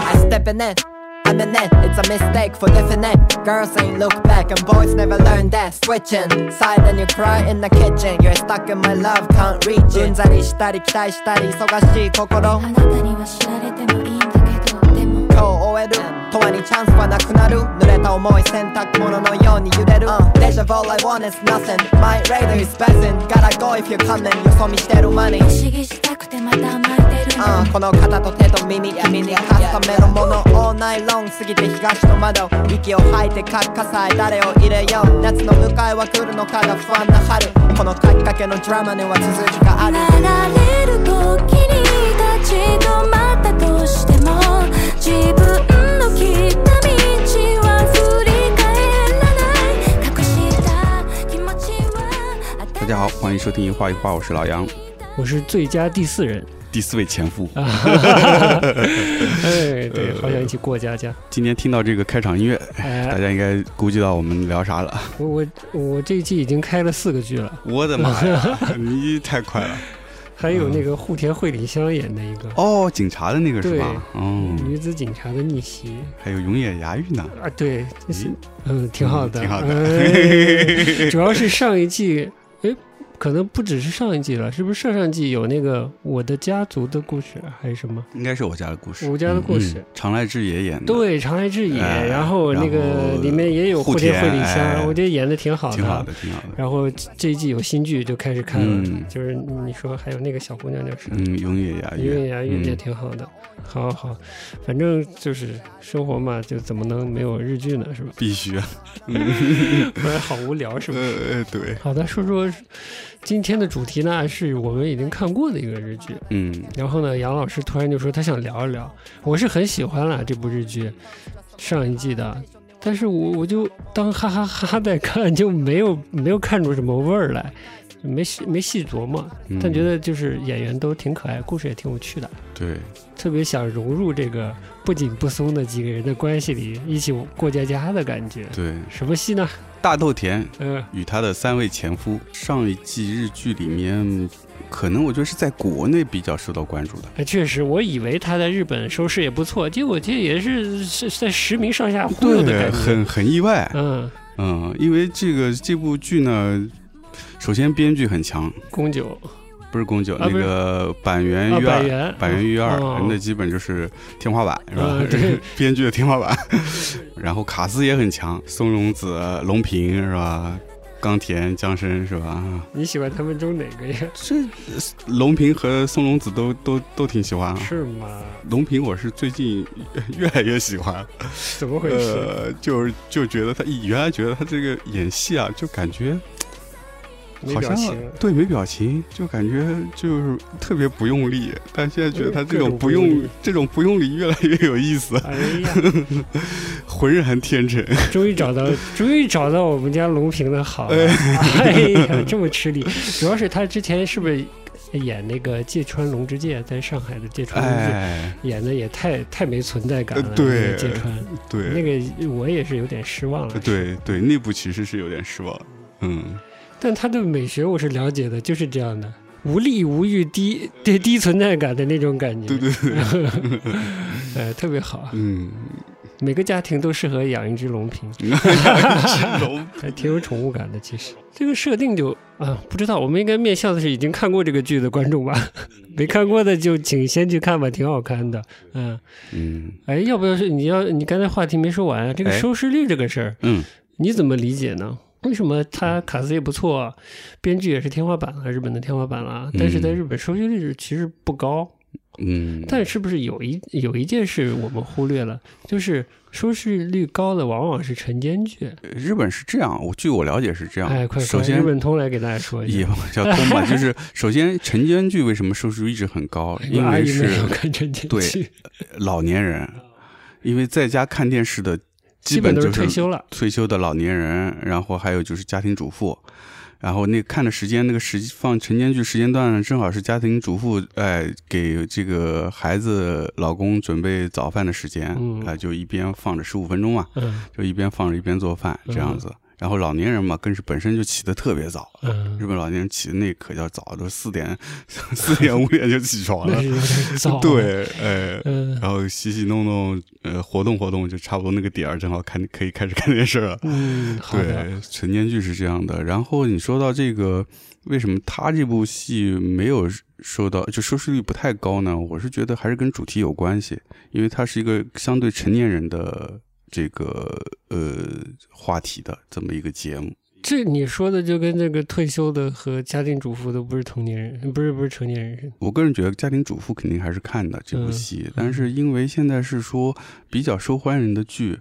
happening. I'm in it, it's a mistake for definite. Girls ain't look back, and boys never learn that. Switching side, and you cry in the kitchen. You're stuck in my love, can't reach it. うんざりしたり、期待したり、忙しい心。あなたには知られてもいいんだけどでも今日終える永遠にチャンスはなくなる濡れた思い洗濯物のように揺れる、デジャ Deja vu all I want is nothing My radar is buzzing Gotta go if you're coming よそ見してる money 不思議したくてまた甘えてるのうんこの肩と手と耳君に貸すためのもの All night long 過ぎて東の窓息を吐いてかっかさえ誰を入れよう夏の迎えは来るのかが不安な春この書きかけのドラマには続きがある離れる時に立ち止まったとしても自分の来た道は振り返らない隠した気持ちは大家好，欢迎收听一画一画，我是老杨。我是最佳第 四人。第四位前夫，啊哎，对，呃好想一起过家家。今天听到这个开场音乐，大哎，家应该估计到我们聊啥了。我我我这一季已经开了四个剧了， 我的妈呀，你太快了！还有那个户田惠里香演的一个 嗯哦，警察的那个是吧？哦，女子警察的逆袭还有永野芽郁呢。啊，对，这是咦嗯挺好的，嗯挺好 的。主要是上一季，哎，可能不只是上一季了，是不是上上季有那个我的家族的故事啊还是什么？应该是我家的故事，我家的故嗯事嗯常濑智也演的，，对，长安之野，哎然后那然个后里面也有户户田惠里田哎香，我觉得演的挺好的，挺好的，挺好的。然后这这一季有新剧就开始看了，嗯就是你说还有那个小姑娘叫啥？嗯，永野芽因为郁，牙玉也嗯？挺好的，好好，反正就是生活嘛，就怎么能没有日剧呢？是吧 必须。啊不然好无聊，是不是？呃，对，好的，说说今天的主题呢，是我们已经看过的一个日剧。 嗯，然后呢，杨老师突然就说他想聊一聊，我是很喜欢啦这部日剧，上一季的，但是我我就当哈哈哈哈在看，就没有没有看出什么味儿来，没细没细琢磨，嗯但觉得就是演员都挺可爱，故事也挺有趣的，对，特别想融入这个不紧不松的几个人的关系里，一起过家家的感觉。对，什么戏呢？大豆田嗯、与他的三位前夫，上一季日剧里面，可能我觉得是在国内比较受到关注的。哎确实，我以为他在日本收视也不错，结果这也是是是在十名上下忽悠的感觉。很很意外，嗯，嗯，因为这个这部剧呢，首先编剧很强，宫九不是宫九、啊那不是个板垣啊，裕百二，元，板垣裕二、哦那基本就是天花板，是吧？ 啊对编剧的天花板。 然后卡斯也很强，松隆子、龙平是吧？冈田将生是吧？ 啊呃你喜欢他们中哪个呀？龙平和松隆子都都都挺喜欢啊。是吗？龙平我是最近 越来越喜欢，怎么回事？呃，就是就觉得他原来觉得他这个演戏啊，就感觉没好表像情。对没表情，就感觉就是特别不用力。但现在觉得他这各种种不不用用力这种不用力越来越有意思，哎呀，浑然天 成。终于找到，终于找到我们家龙平的好了。哎呀，这么吃力，主要是他之前是不是演那个芥川龙之介，在上海的芥川龙之介哎，演的也太太没存在感了。呃对那个芥川那对个我也是有点失望了。对对，那部其实是有点失望。嗯，但他的美学我是了解的，就是这样的，无力无欲低低低存在感的那种感觉，对对对， 呃，特别好。 嗯，每个家庭都适合养一只龙瓶，龙还挺有宠物感的。其实这个设定就啊，不知道我们应该面向的是已经看过这个剧的观众吧，嗯 没看过的就请先去看吧，挺好看的。嗯，嗯哎，要不要是你要你刚才话题没说完啊？这个哎收视率这个事儿，嗯，你怎么理解呢？为什么他卡斯也不错啊，编剧也是天花板了，日本的天花板了，但是在嗯日本收视率其实不高。嗯，但是不是有一有一件事我们忽略了，就是收视率高的往往是晨间剧。日本是这样，我据我了解是这样。哎，快首快，先日本通来给大家说一也下。不叫通吧，就是首先晨间剧为什么收视率一直很高？因哎阿为姨没有是看晨间对剧，老年人，因为在家看电视的基基本本就都是是退休了。退休的老年人，然后还有就是家庭主妇，然后那看的时间，那个时放晨间剧时间段正好是家庭主妇哎给这个孩子老公准备早饭的时间，嗯啊就一边放着十五分钟嘛，嗯，就一边放着一边做饭嗯这样子。然后老年人嘛，更是本身就起得特别早，日嗯，本老年人起的那可叫早，都四点、 四点、五点就起床那了 是。有点 早。，对，呃，嗯然后洗洗弄弄，呃，活动活动，就差不多那个点儿，正好看可以开始看电视了。嗯，好的，对，晨间剧是这样的。然后你说到这个，为什么他这部戏没有受到就收视率不太高呢？我是觉得还是跟主题有关系，因为它是一个相对成年人的这个呃话题的这么一个节目。这你说的就跟这个退休的和家庭主妇都不是同年人，不是不是成年人似的。我个人觉得家庭主妇肯定还是看的嗯这部戏，但是因为现在是说比较受欢迎的剧，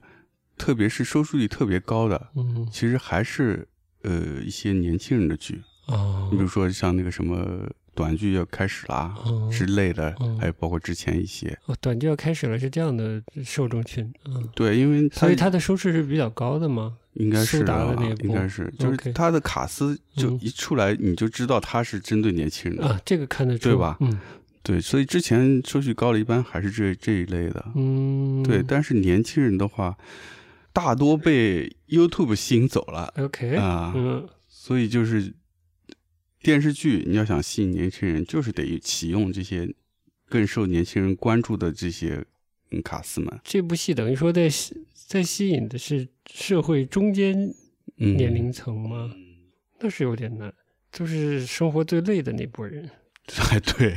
特别是收视率特别高的，嗯其实还是呃一些年轻人的剧。哦你比，如说像那个什么短剧要开始啦、嗯之类的嗯，还有包括之前一些，哦，短剧要开始了，是这样的受众群，嗯，对，因为它所以它的收视是比较高的嘛。应该是苏打的啊那一部应该是就是 OK 它的卡斯就嗯一出来你就知道它是针对年轻人的，啊，这个看得出对吧嗯对，所以之前收视高了，一般还是这这一类的，嗯，对，但是年轻人的话，大多被 YouTube 吸引走了 OK，啊，嗯所以就是电视剧，你要想吸引年轻人，就是得启用这些更受年轻人关注的这些嗯卡司们，这部戏等于说在吸在吸引的是社会中间嗯，年龄层吗？那是有点难，就是生活最累的那 波人，哎，对，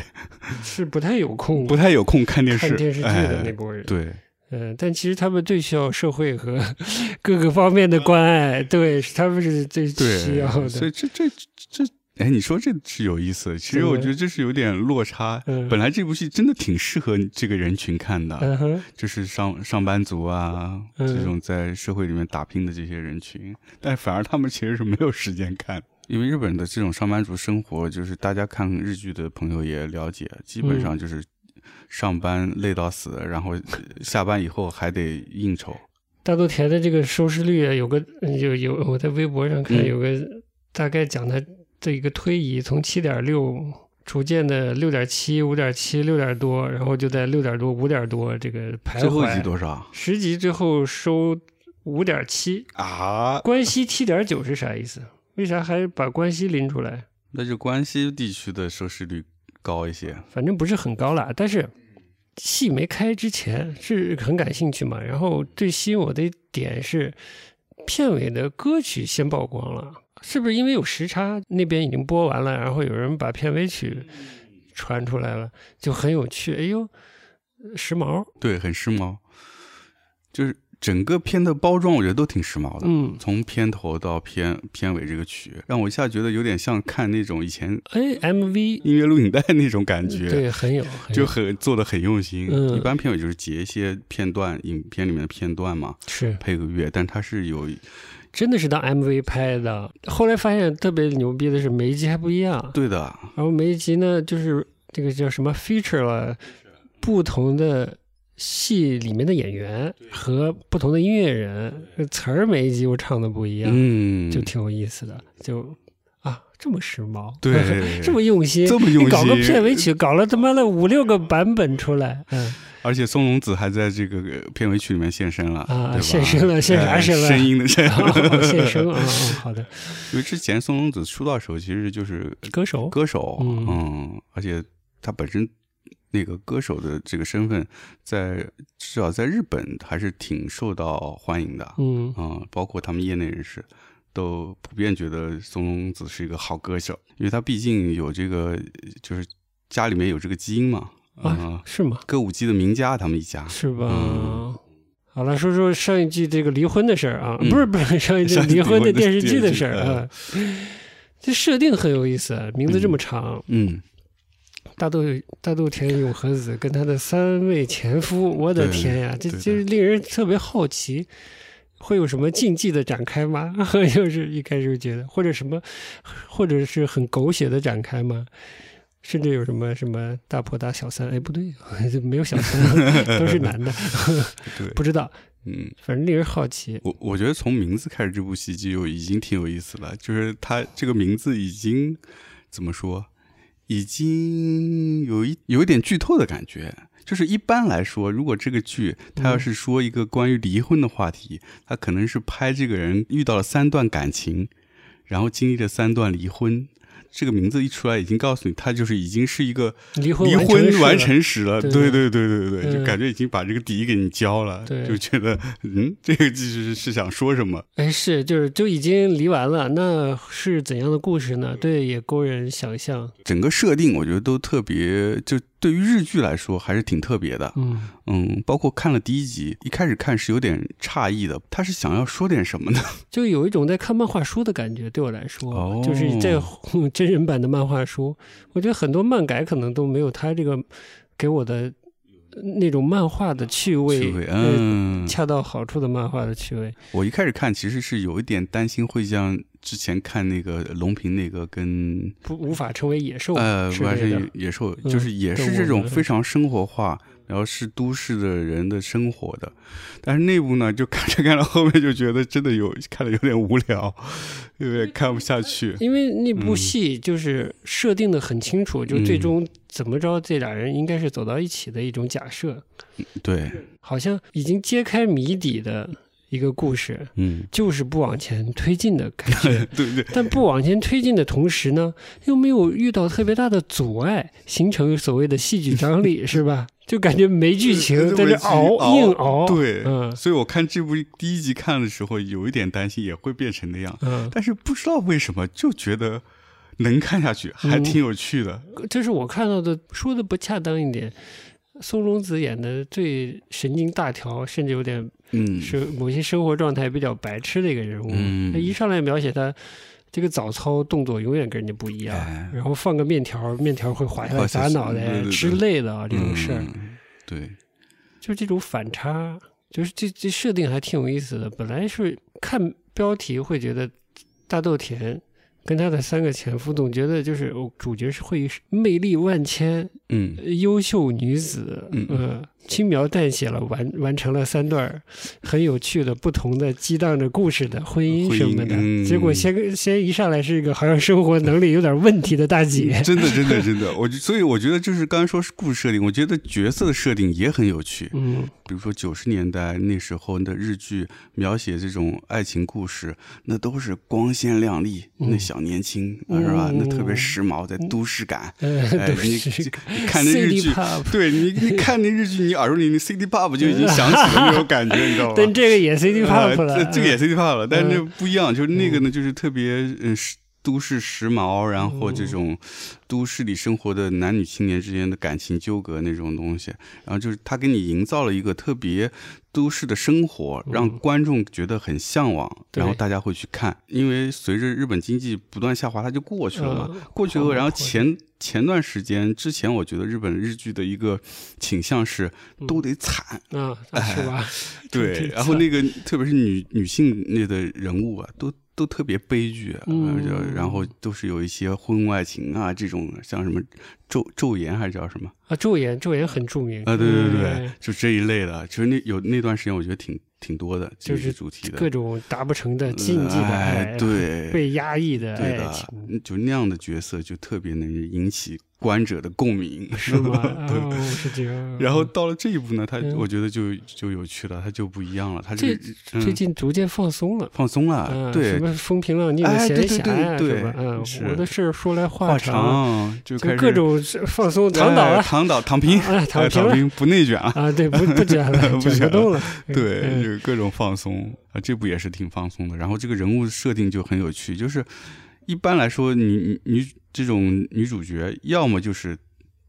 是不太有空不太有空看电视，看电视剧的那哎、波人。，对，嗯、但其实他们最需要社会和 各个方面的关爱，对，是他们是最需要对，所以的。这这这这。哎，你说这是有意思，其真实的我觉得这是有点落差。嗯本来这部戏真的挺适合这个人群看的，嗯哼，就是上上班族啊，嗯这种在社会里面打拼的这些人群，但反而他们其实是没有时间看，因为日本的这种上班族生活，就是大家看日剧的朋友也了解，基本上就是上班累到死，然后下班以后还得应酬，大豆田的这个收视率啊，有个有有，我在微博上看嗯有个、大概讲它的一个推移，从七点六逐渐的六点七、五点七、六点多，然后就在六点多、五点多这个徘徊。最后一集多少十集最后收五点七，啊？关西七点九是啥意思？为啥还把关西拎出来？那就关西地区的收视率高一些，反正不是很高啦，但是戏没开之前是很感兴趣嘛。然后最吸引我的一点是片尾的歌曲先曝光了，是不是因为有时差？那边已经播完了，然后有人把片尾曲传出来了，就很有趣。哎呦，时髦，对，很时髦，就是整个片的包装，我觉得都挺时髦的。嗯，从片头到片片尾这个曲，让我一下觉得有点像看那种以前哎，MV 音乐录影带 那种感觉，嗯对很有，很有就很做的很用心。嗯一般片尾就是截一些片段，影片里面的片段嘛，是配个乐，但它是有真的是当 MV 拍的。后来发现特别牛逼的是每一集还不一样，对的，然后每一集呢就是这个叫什么 feature 了不同的戏里面的演员和不同的音乐人，词儿每一集又唱的不一样，嗯，就挺有意思的。就啊，这么时髦， 对这么用心，这么用心你搞个片尾曲，搞了他妈的五六个版本出来，嗯，而且松隆子还在这个呃片尾曲里面现身了啊对吧现 身了现啥哎身了声音的声。好现身啊，嗯好的， 因为之前松隆子出道的时候，其实就是歌手，歌手，嗯嗯，而且他本身那个歌手的这个身份在，至少在日本还是挺受到欢迎的，嗯，嗯，包括他们业内人士都普遍觉得松隆子是一个好歌手，因为他毕竟有这个就是家里面有这个基因嘛，啊嗯，是吗？歌舞伎的名家他们一家，是吧？嗯好了，说说上一季这个离婚的事儿啊，嗯不是不是上一季 上一季离婚的离婚的电视剧的事儿电视剧啊。 这设定很有意思啊，名字这么长，嗯，大豆大豆田永和子跟她的三位前夫，我的对天呀，这对的这令人特别好奇，会有什么禁忌的展开吗？ 就是一开始觉得，或者什么，或者是很狗血的展开吗？甚至有什么什么大婆打小三，哎，不对， 没有小三， 都是男的，对，不知道。嗯。反正令人好奇。我我觉得从名字开始，这部戏就已经挺有意思了。就是它这个名字已经怎么说，已经有一有一点剧透的感觉。就是一般来说，如果这个剧它嗯要是说一个关于离婚的话题，它可能是拍这个人遇到了三段感情，然后经历了三段离婚。这个名字一出来，已经告诉你，它就是已经是一个离婚离完婚完成时了成时了。对对对对对对，嗯就感觉已经把这个底给你交了，对就觉得嗯，这个其实是想说什么？哎，是就是就已经离完了，那是怎样的故事嗯呢？对，也勾人想象。整个设定我觉得都特别，就对于日剧来说还是挺特别的。嗯，嗯，包括看了第一集，一开始看是有点诧异的，他是想要说点什么呢？就有一种在看漫画书的感觉，对我来说，哦 就是在真人版的漫画书，我觉得很多漫改可能都没有他这个给我的呃那种漫画的趣 味，趣味呃嗯，恰到好处的漫画的趣味。我一开始看其实是有一点担心会像之前看那个龙平那个跟不无法成为野兽呃之完类的胜野兽，嗯就是也是跟这我种们非常生活化，然后是都市的人的生活的，但是内部呢，就看着看到后面就觉得真的有看了有点无聊，有点看不下 去。因为那部嗯戏就是设定的很清楚，就最嗯终怎么着，这俩人应该是走到一起的一种假设，对，好像已经揭开谜底的一个故事，嗯，。就是不往前推进的感觉 对对，但不往前推进的同时呢，又没有遇到特别大的阻碍，形成所谓的戏剧张 力，是吧？就感觉没剧情，在在这熬，硬熬，熬。对，嗯所以我看这部第一集看的时候，有一点担心也会变成那样， 嗯，但是不知道为什么就觉得能看下去，嗯还挺有趣的。这是我看到的，说的不恰当一点。松隆子演的最神经大条，甚至有点嗯，是某些生活状态比较白痴的一个人物。嗯他一上来描写他这个早操动作永远跟人家不一样，哎然后放个面条，面条会滑下滑来下砸去脑袋对对对之类的啊，这种事儿，嗯对，就这种反差，就是这这设定还挺有意思的。本来是看标题会觉得大豆田。跟他的三个前夫总觉得就是哦主角是会魅力万千，嗯，优秀女子，嗯呃，轻描淡写了完完成了三段儿很有趣的、不同的、激荡着故事的婚姻婚姻什么的。嗯结果先先一上来是一个好像生活能力有点问题的大姐，嗯真的，真的，真的，我就所以我觉得就是刚刚说是故事设定，我觉得角色的设定也很有趣。嗯，比如说九十年代那时候的日剧描写这种爱情故事，那都是光鲜亮丽，嗯那小年轻、啊是吧？嗯那特别时髦，在都市感。呃，哎都你是你你看那日 City 剧 Pop，对你，你看那日剧，你耳朵里那 CD pop 就已经响起了那种 感觉，你知道吗？ 但这个也 City 啊 Pop 了，这这个也 CD pop 了，但是那嗯不一样，就是那个呢，就是特别嗯。时都市时髦，然后嗯这种都市里生活的男女青年之间的感情纠葛那种东西，然后就是他给你营造了一个特别都市的生活，让观众觉得很向往，嗯对然后大家会去看。因为随着日本经济不断下滑，它就过去了嘛。嗯过去以好后，的然后好的前前段时间之前，我觉得日本日剧的一个倾向是嗯都得惨，啊，哎是吧？对，然后那个特别是女女性那的人物啊，都都特别悲剧、啊，嗯就然后都是有一些婚外情啊这种，像什么咒咒言还是叫什么啊，昼颜昼颜很著名啊？对对对对哎，就这一类的，其实那有那段时间我觉得挺挺多的，就是这个主题的各种达不成的禁忌的哎爱，，对被压抑的对爱的情。，就那样的角色就特别能引起观者的共鸣， 是吗？对。哦，是这样。然后到了这一步呢，他嗯我觉得就就有趣了，他就不一样了，他这嗯最最近逐渐放松了。放松了，嗯，啊对什，么风平浪静的哎闲对对暇呀，对什么，对嗯，是我的事儿说来话话，长就开始就各种放松，躺倒哎了躺倒，躺平，啊，躺哎平躺了平，不内卷啊。啊，对，不不卷了， 不卷卷不动了，对， 嗯，就各种放松啊，这部也是挺放松的。然后这个人物设定就很有趣，就是一般来说，女女女这种女主角，要么就是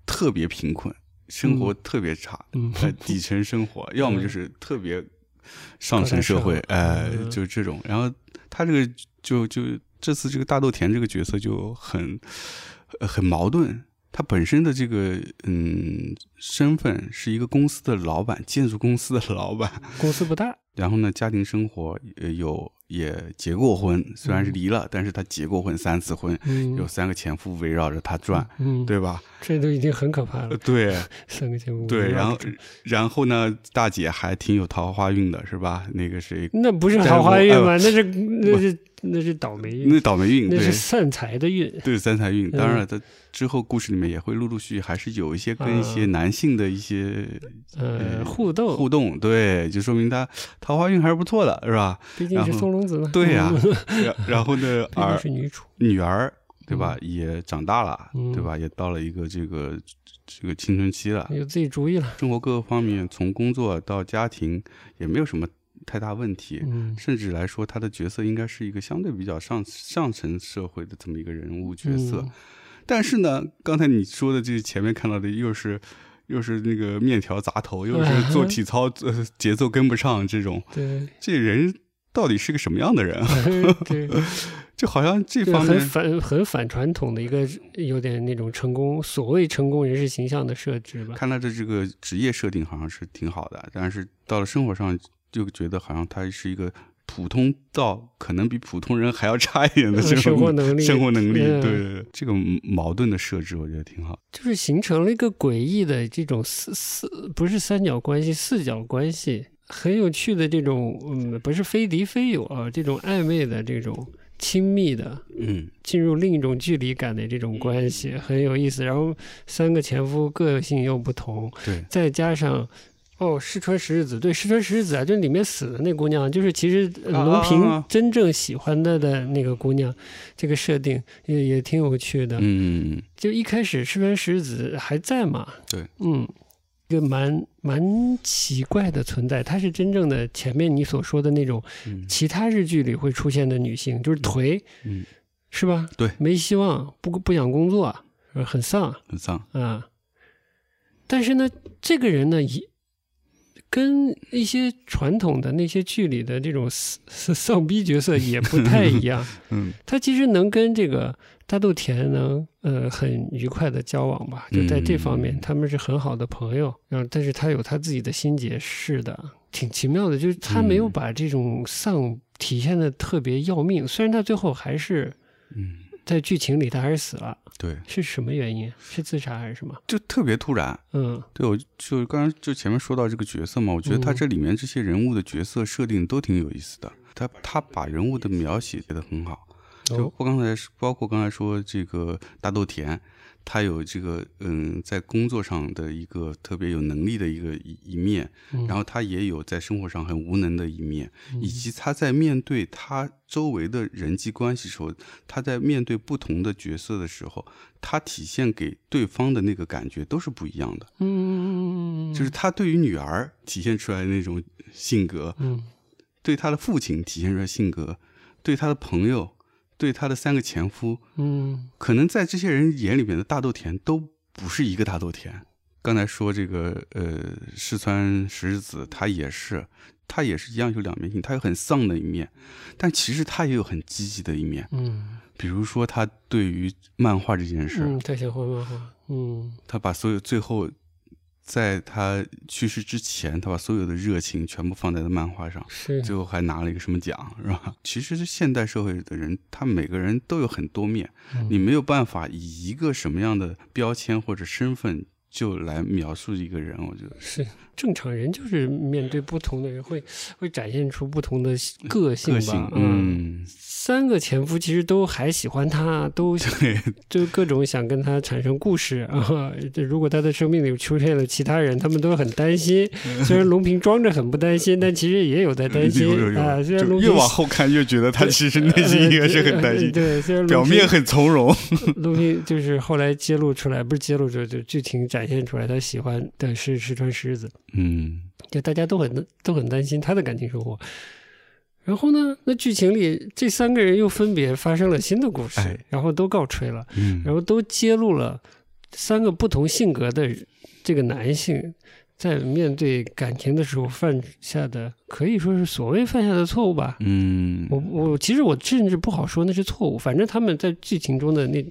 特别贫困，生活特别差，嗯呃，底层生 活，要么就是特别上层社会，高大上哎，嗯就这种。然后他这个就就这次这个大豆田这个角色就很呃很矛盾。他本身的这个嗯身份是一个公司的老板，建筑公司的老板，公司不大，然后呢，家庭生活呃有也结过婚，虽然是离了，但是他结过婚三次婚，嗯，有三个前夫围绕着他转，嗯，，对吧？这都已经很可怕呃了，对，三个节目，对，然后然后呢，大姐还挺有桃花运的，是吧？那个谁，那不是在桃乎花运哎吗？那是那是那是倒霉运，那倒霉运，嗯那是对哎散财的运。对三才运。嗯当然了，它之后故事里面也会陆陆续续还是有一些跟一些嗯男性的一些呃，呃互斗，互动，对，就说明他桃花运还是不错的，是吧？毕竟是松隆子嘛。对呀、嗯 然然后呢，毕竟儿是女主。女儿对吧，也长大了，嗯对吧？也到了一个这个这个青春期了，有自己主意 了。生活各个方面，从工作到家庭，也没有什么太大问题。嗯甚至来说，他的角色应该是一个相对比较上上层社会的这么一个人物角色。嗯但是呢，刚才你说的这前面看到的又是又是那个面条砸头，又是做体操、呃、节奏跟不上这种， 对这人到底是个什么样的人啊？ 对，就好像这就方很面，反很反传统的一个有点那种成功所谓成功人士形象的设置吧。看他的这个职业设定好像是挺好的，但是到了生活上就觉得好像他是一个。普通到可能比普通人还要差一点的呃这种生活能力生活能力，嗯对对对，这个矛盾的设置我觉得挺好。就是形成了一个诡异的这种四四不是三角关系，四角关系，很有趣的这种嗯，不是非敌非友啊，这种暧昧的这种亲密的。嗯，进入另一种距离感的这种关系很有意思，然后三个前夫个性又不同，对，再加上哦，石川十日子，对，石川十日子啊，就是里面死的那姑娘，就是其实呃啊龙啊平啊真正喜欢的的那个姑娘，这个设定也也挺有趣的。嗯，就一开始石川十日子还在嘛？对，嗯。一个蛮蛮奇怪的存在，她是真正的前面你所说的那种嗯其他日剧里会出现的女性，就是颓，嗯，是吧？对没希望，不不想工作，呃很丧，很丧，啊。但是呢，这个人呢，一跟一些传统的那些剧里的这种丧丧逼角色也不太一样。 嗯他其实能跟这个大豆田能呃很愉快的交往吧，就在这方面、嗯他们是很好的朋友。然后，但是他有他自己的心结，是的，挺奇妙的，就是他没有嗯把这种丧体现的特别要命。虽然他最后还是嗯，在剧情里他还是死了，对，是什么原因？是自杀还是什么？就特别突然。嗯，对，我就刚才就前面说到这个角色嘛，我觉得他嗯这里面这些人物的角色设定都挺有意思的，他他把人物的描写写的很好。就哦我刚才说包括刚才说这个大豆田，他有这个嗯，在工作上的一个特别有能力的一个一一面，嗯然后他也有在生活上很无能的一面，以及他在面对他周围的人际关系时候，他在面对不同的角色的时候，他体现给对方的那个感觉都是不一样的。嗯，就是他对于女儿体现出来的那种性格，嗯对他的父亲体现出来的性格，对他的朋友，对他的三个前夫，嗯可能在这些人眼里面的大豆田都不是一个大豆田。刚才说这个呃，四川石日子，他也是，他也是一样有两面性，他有很丧的一面，但其实他也有很积极的一面。嗯比如说，他对于漫画这件事，嗯，太喜欢漫画，嗯他把所有最后，在他去世之前，他把所有的热情全部放在了漫画上，是最后还拿了一个什么奖，是吧？其实现代社会的人，他每个人都有很多面，嗯你没有办法以一个什么样的标签或者身份就来描述一个人，我觉得是正常人就是面对不同的人会会展现出不同的个性个吧，性，嗯。嗯，三个前夫其实都还喜欢他，都对，就各种想跟他产生故事嗯啊。这如果他的生命里出现了其他人，他们都很担心。虽然龙平装着很不担心，但其实也有在担心嗯有有有啊。虽然就龙越平，往后看越觉得他其实内心应该是很担心对，虽然龙表平面很从容，陆平就是后来揭露出来，不是揭露出来，就剧情展现出来，他喜欢的是石川狮子，嗯就大家都很都很担心他的感情生活。然后呢，那剧情里这三个人又分别发生了新的故事，哎然后都告吹了，嗯，然后都揭露了三个不同性格的这个男性在面对感情的时候犯下的，可以说是所谓犯下的错误吧。嗯，我我其实我甚至不好说那是错误，反正他们在剧情中的那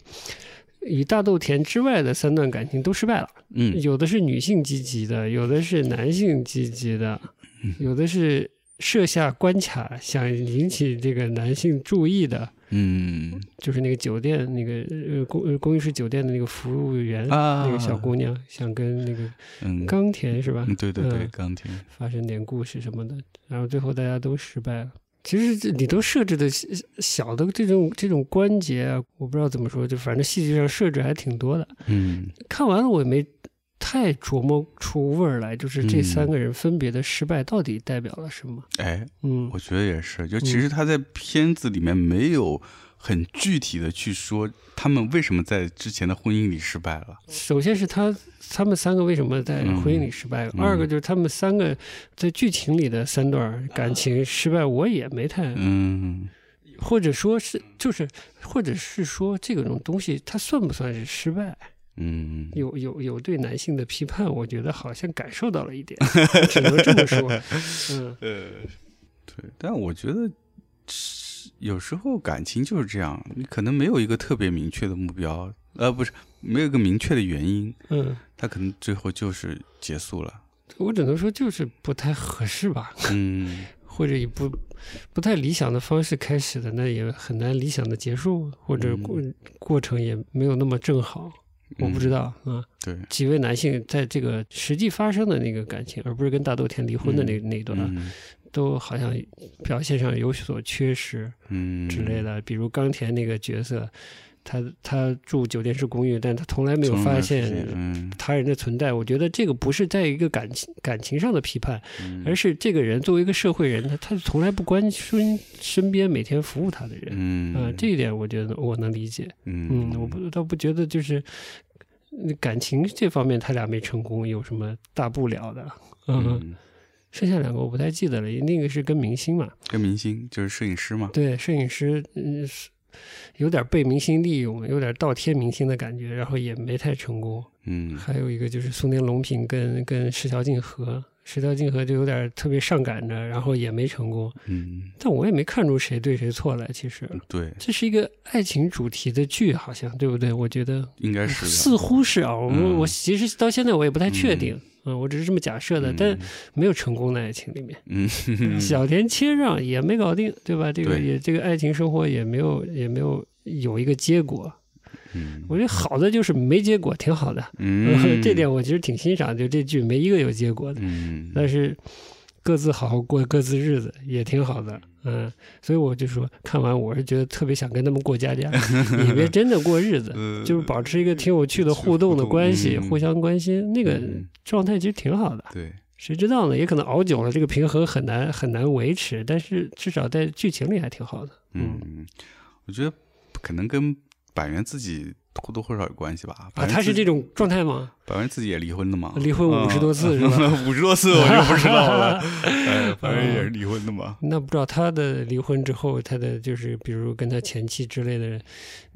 与大豆田之外的三段感情都失败了，嗯有的是女性积极的，有的是男性积极的，嗯有的是设下关卡想引起这个男性注意的，嗯就是那个酒店那个呃公呃公寓式酒店的那个服务员、啊那个小姑娘想跟那个嗯，冈田是吧？嗯，对对对， 嗯钢铁，发生点故事什么的，然后最后大家都失败了。其实这里头设置的小小的这种这种关节啊，我不知道怎么说，就反正戏剧上设置还挺多的。嗯看完了我也没太琢磨出味儿来，就是这嗯三个人分别的失败到底代表了什么？哎，嗯我觉得也是，就其实他在片子里面没有很具体的去说他们为什么在之前的婚姻里失败了。首先是他他们三个为什么在婚姻里失败，嗯二个就是他们三个在剧情里的三段感情失败，我也没太，嗯或者说是就是，或者是说这种东西它算不算是失败？嗯，有有有对男性的批判，我觉得好像感受到了 一点，只能这么说。嗯，呃，对，但我觉得是有时候感情就是这样，你可能没有一个特别明确的目标，呃，不是没有一个明确的原因，嗯，他可能最后就是结束了。我只能说就是不太合适吧，嗯，或者以不不太理想的方式开始的，那也很难理想的结束，或嗯者过、过程也没有那么正好， 我不知道啊、嗯对，几位男性在这个实际发生的那个感情，而不是跟大豆田离婚的那、那一段啊，嗯都好像表现上有所缺失嗯之类的。比如冈田那个角色，他他住酒店式公寓，但他从来没有从来发没现嗯，他人的存在。我觉得这个不是在一个感情感情上的批判，嗯而是这个人作为一个社会人，他他从来不关心身边每天服务他的人。嗯啊、这一点我觉得我能理解。嗯嗯，我不倒不觉得就是嗯感情这方面他俩没成功有什么大不了的。嗯，嗯， 剩下两个我不太记得了，那个是跟明星嘛，跟明星就是摄影师嘛，对，摄影师，嗯，是有点被明星利用，有点倒贴明星的感觉，然后也没太成功。嗯还有一个就是松田龙平跟跟石桥静河，石桥静河就有点特别上赶着，然后也没成功。嗯，但我也没看出谁对谁错来，其实。对，这是一个爱情主题的剧，好像对不对？我觉得应该是的似乎是啊，我、嗯我其实到现在我也不太确定，嗯我只是这么假设的，但嗯没有成功的爱情里面，嗯，小田切让也没搞定，对吧？这个对也这个爱情生活也没有也没有有一个结果，嗯我觉得好的就是没结果，挺好的，嗯 这点我其实挺欣赏，就这剧没一个有结果的，嗯，但是各自好好过各自日子也挺好的，嗯，所以我就说看完我是觉得特别想跟他们过 家家，你别真的过日子，呃就是保持一个挺有趣的互动的关互系，动嗯互相关心，那个嗯状态其实挺好的。对，谁知道呢？也可能熬久了，这个平衡很难很难维持，但是至少在剧情里还挺好的。嗯，我觉得可能跟板垣自己或多或少有关系吧。啊，他是这种，种状态吗？板垣自己也离婚的嘛，嗯离婚50多次是吧？ 五十多次我就不知道了，哎，反正也是离婚的嘛。 那不知道他的离婚之后，他的就是比如跟他前妻之类的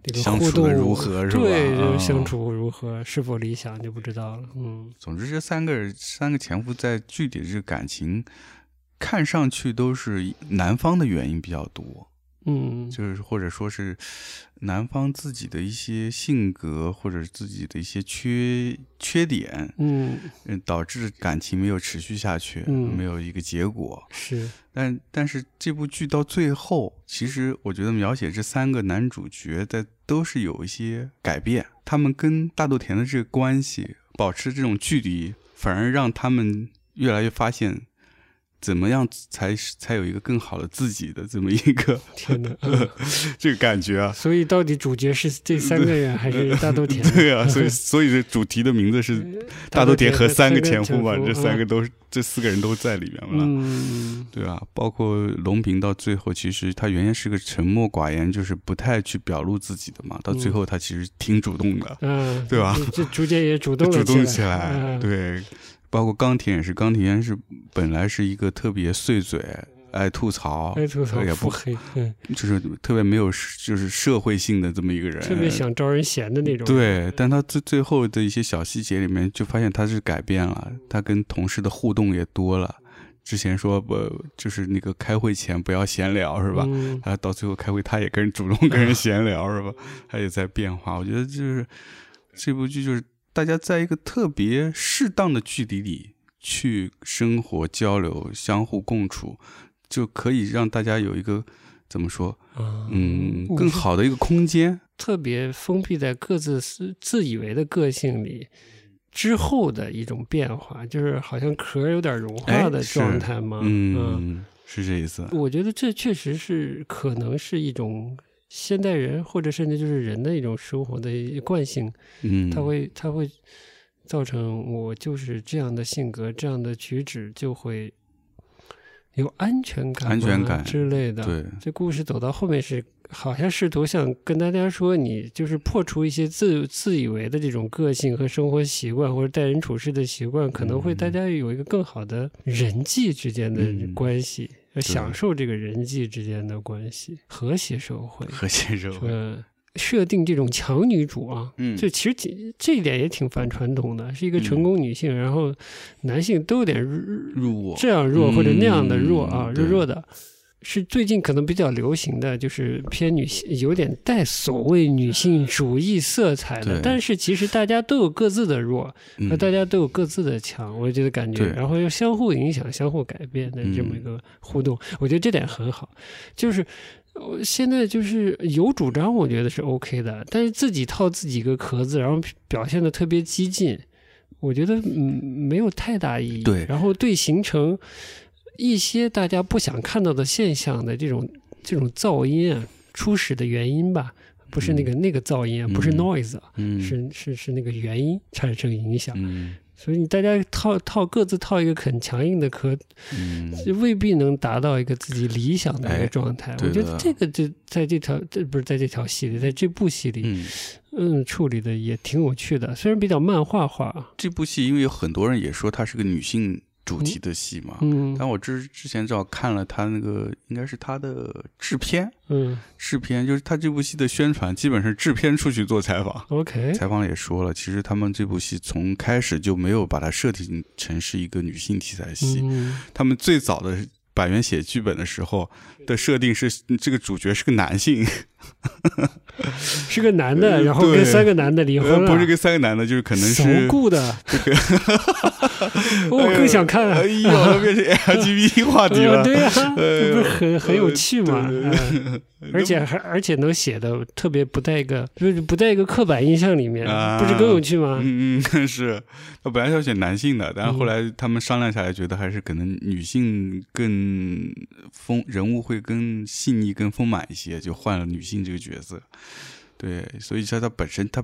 这个相互处动得如何是吧对，就是嗯相处如何，是否理想就不知道了。嗯，总之，这三个人三个前夫在具体的这个感情，看上去都是男方的原因比较多，嗯，就是或者说是男方自己的一些性格或者自己的一些缺缺点，嗯，嗯，导致感情没有持续下去，嗯没有一个结果。是，但但是这部剧到最后，其实我觉得描写这三个男主角在都是有一些改变，他们跟大豆田的这个关系保持这种距离，反而让他们越来越发现。怎么样才是才有一个更好的自己的这么一 个天哪！ 嗯这个感觉啊？所以到底主角是这三个人还是大豆田？ 对啊，所以所以这主题的名字是大豆田和三个前夫嘛，嗯这三个。都是这四个人都在里面嘛。嗯，对啊，包括龙平到最后，其实他原先是个沉默寡言，就是不太去表露自己的嘛。到最后，他其实挺主动的，嗯，对吧这这竹间也主动主了动起起来。嗯，对，包括钢铁也是，钢铁是本来是一个特别碎嘴、爱吐槽，爱吐槽也腹不哎黑，嗯，就是特别没有就是社会性的这么一个人，特别想招人嫌的那种。，嗯对，但他最最后的一些小细节里面，就发现他是改变了，他跟同事的互动也多了。之前说不就是那个开会前不要闲聊是吧？嗯他到最后开会，他也跟人主动跟 人闲聊是吧？他也在变化。我觉得就是这部剧就是大家在一个特别适当的距离里去生活、交流、相互共处，就可以让大家有一个怎么说，啊，嗯，我更是好的一个空间。特别封闭在各自自自以为的个性里之后的一种变化，就是好像壳有点融化哎的是状态嘛。嗯，啊嗯，是这意思。我觉得这确实是可能是一种现代人或者甚至就是人的一种生活的惯性，嗯，它会它会造成我就是这样的性格、这样的举止就会有安全感、安全感之类的。对，这故事走到后面是好像试图想跟大家说，你就是破除一些自自以为的这种个性和生活习惯，或者待人处事的习惯，可能会嗯大家有一个更好的人际之间的嗯关系，要享受这个人际之间的关系，和谐社会。和谐社会，呃，设定这种强女主啊，嗯这其实这这一点也挺反传统的，是一个成嗯功女性，然后男性都有点入入我，这样弱或者那样的弱嗯啊，对弱弱的，是最近可能比较流行的，就是偏女性，有点带所谓女性主义色彩的对。但是其实大家都有各自的弱，嗯和大家都有各自的强，我觉得感觉对，然后又相互影响、相互改变的这么一个互动，嗯我觉得这点很好。就是呃现在就是有主张，我觉得是 OK 的，但是自己套自己一个壳子，然后表现的特别激进，我觉得嗯没有太大意义。对然后对形成一些大家不想看到的现象的这种这种噪音啊，初始的原因吧，不是那个、那个噪音啊，不是嗯 noise 啊。嗯是是是那个原因产生影响，嗯所以你大家套套各自套一个很强硬的壳，嗯，就未必能达到一个自己理想的一哎个状态。对我觉得的这个就在这条这不是在这条戏里，在这部戏里，嗯，嗯，处理的也挺有趣的，虽然比较漫画化啊，这部戏因为有很多人也说它是个女性主题的戏嘛，嗯但我之之前正好看了他那个，应该是他的制片，嗯制片就是他这部戏的宣传，基本是制片出去做采访。 ，OK，采访也说了，其实他们这部戏从开始就没有把它设定成是一个女性题材戏。嗯，他们最早的板垣写剧本的时候的设定是嗯这个主角是个男性，是个男的，呃然后跟对三个男的离婚呃了，不是跟三个男的，就是可能手是固的， 我更想看啊哎，呦， 变成 LGBT 话题呃了。对呀， 这哎呦不是很很有趣吗？对对嗯而且还而且能写的特别不带一个，就是不带一个刻板印象里面，啊不是更有趣吗？嗯 嗯，是他本来是要选男性的，但嗯是后来他们商量下来，觉得还是可能女性更丰人物会更细腻、更丰满一些，就换了女性这个角色。对，所以说它本身它